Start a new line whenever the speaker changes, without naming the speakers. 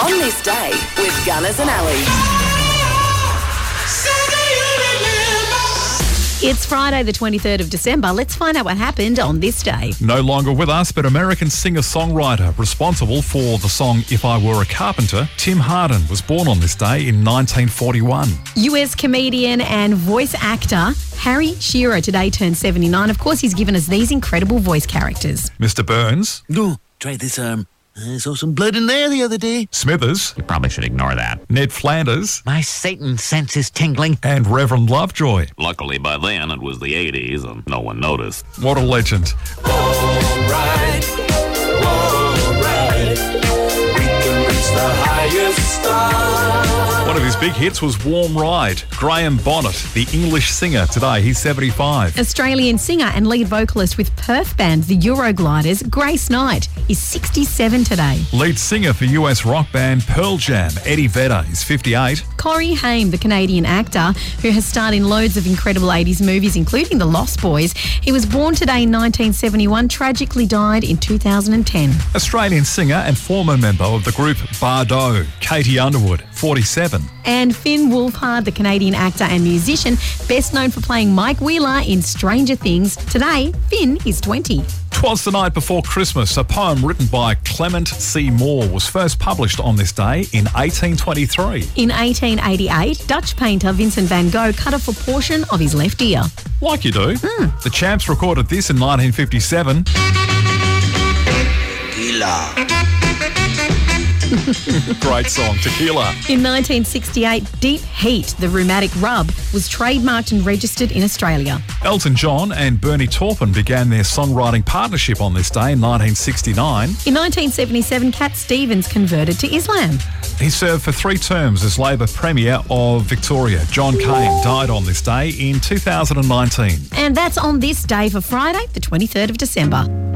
on this day with Gunners and Alley.
It's Friday, the 23rd of December. Let's find out what happened on this day.
No longer with us, but American singer songwriter responsible for the song If I Were a Carpenter, Tim Harden, was born on this day in 1941.
US comedian and voice actor Harry Shearer today turned 79. Of course, he's given us these incredible voice characters.
Mr. Burns,
No, try this arm. I saw some blood in there the other day.
Smithers,
Probably should ignore that.
Ned Flanders,
My Satan sense is tingling.
and Reverend Lovejoy.
Luckily, by then it was the 80s and no one noticed.
What a legend. One of his big hits was Warm Ride. Graham Bonnet, the English singer, today he's 75.
Australian singer and lead vocalist with Perth band The Eurogliders, Grace Knight, is 67 today.
Lead singer for US rock band Pearl Jam, Eddie Vedder, is 58.
Corey Haim, the Canadian actor who has starred in loads of incredible 80s movies, including The Lost Boys, he was born today in 1971, tragically died in 2010.
Australian singer and former member of the group Bardo, Katie Underwood, 47.
And Finn Wolfhard, the Canadian actor and musician, best known for playing Mike Wheeler in Stranger Things. Today, Finn is 20.
Twas the Night Before Christmas, a poem written by Clement C. Moore, was first published on this day in 1823.
In 1888, Dutch painter Vincent van Gogh cut off a portion of his left ear.
Like you do. The Champs recorded this in 1957. Great song, Tequila.
In 1968, Deep Heat, the rheumatic rub, was trademarked and registered in Australia.
Elton John and Bernie Taupin began their songwriting partnership on this day in 1969.
In 1977, Cat Stevens converted to Islam.
He served for three terms as Labor Premier of Victoria. John Cain died on this day in 2019.
And that's on this day for Friday, the 23rd of December.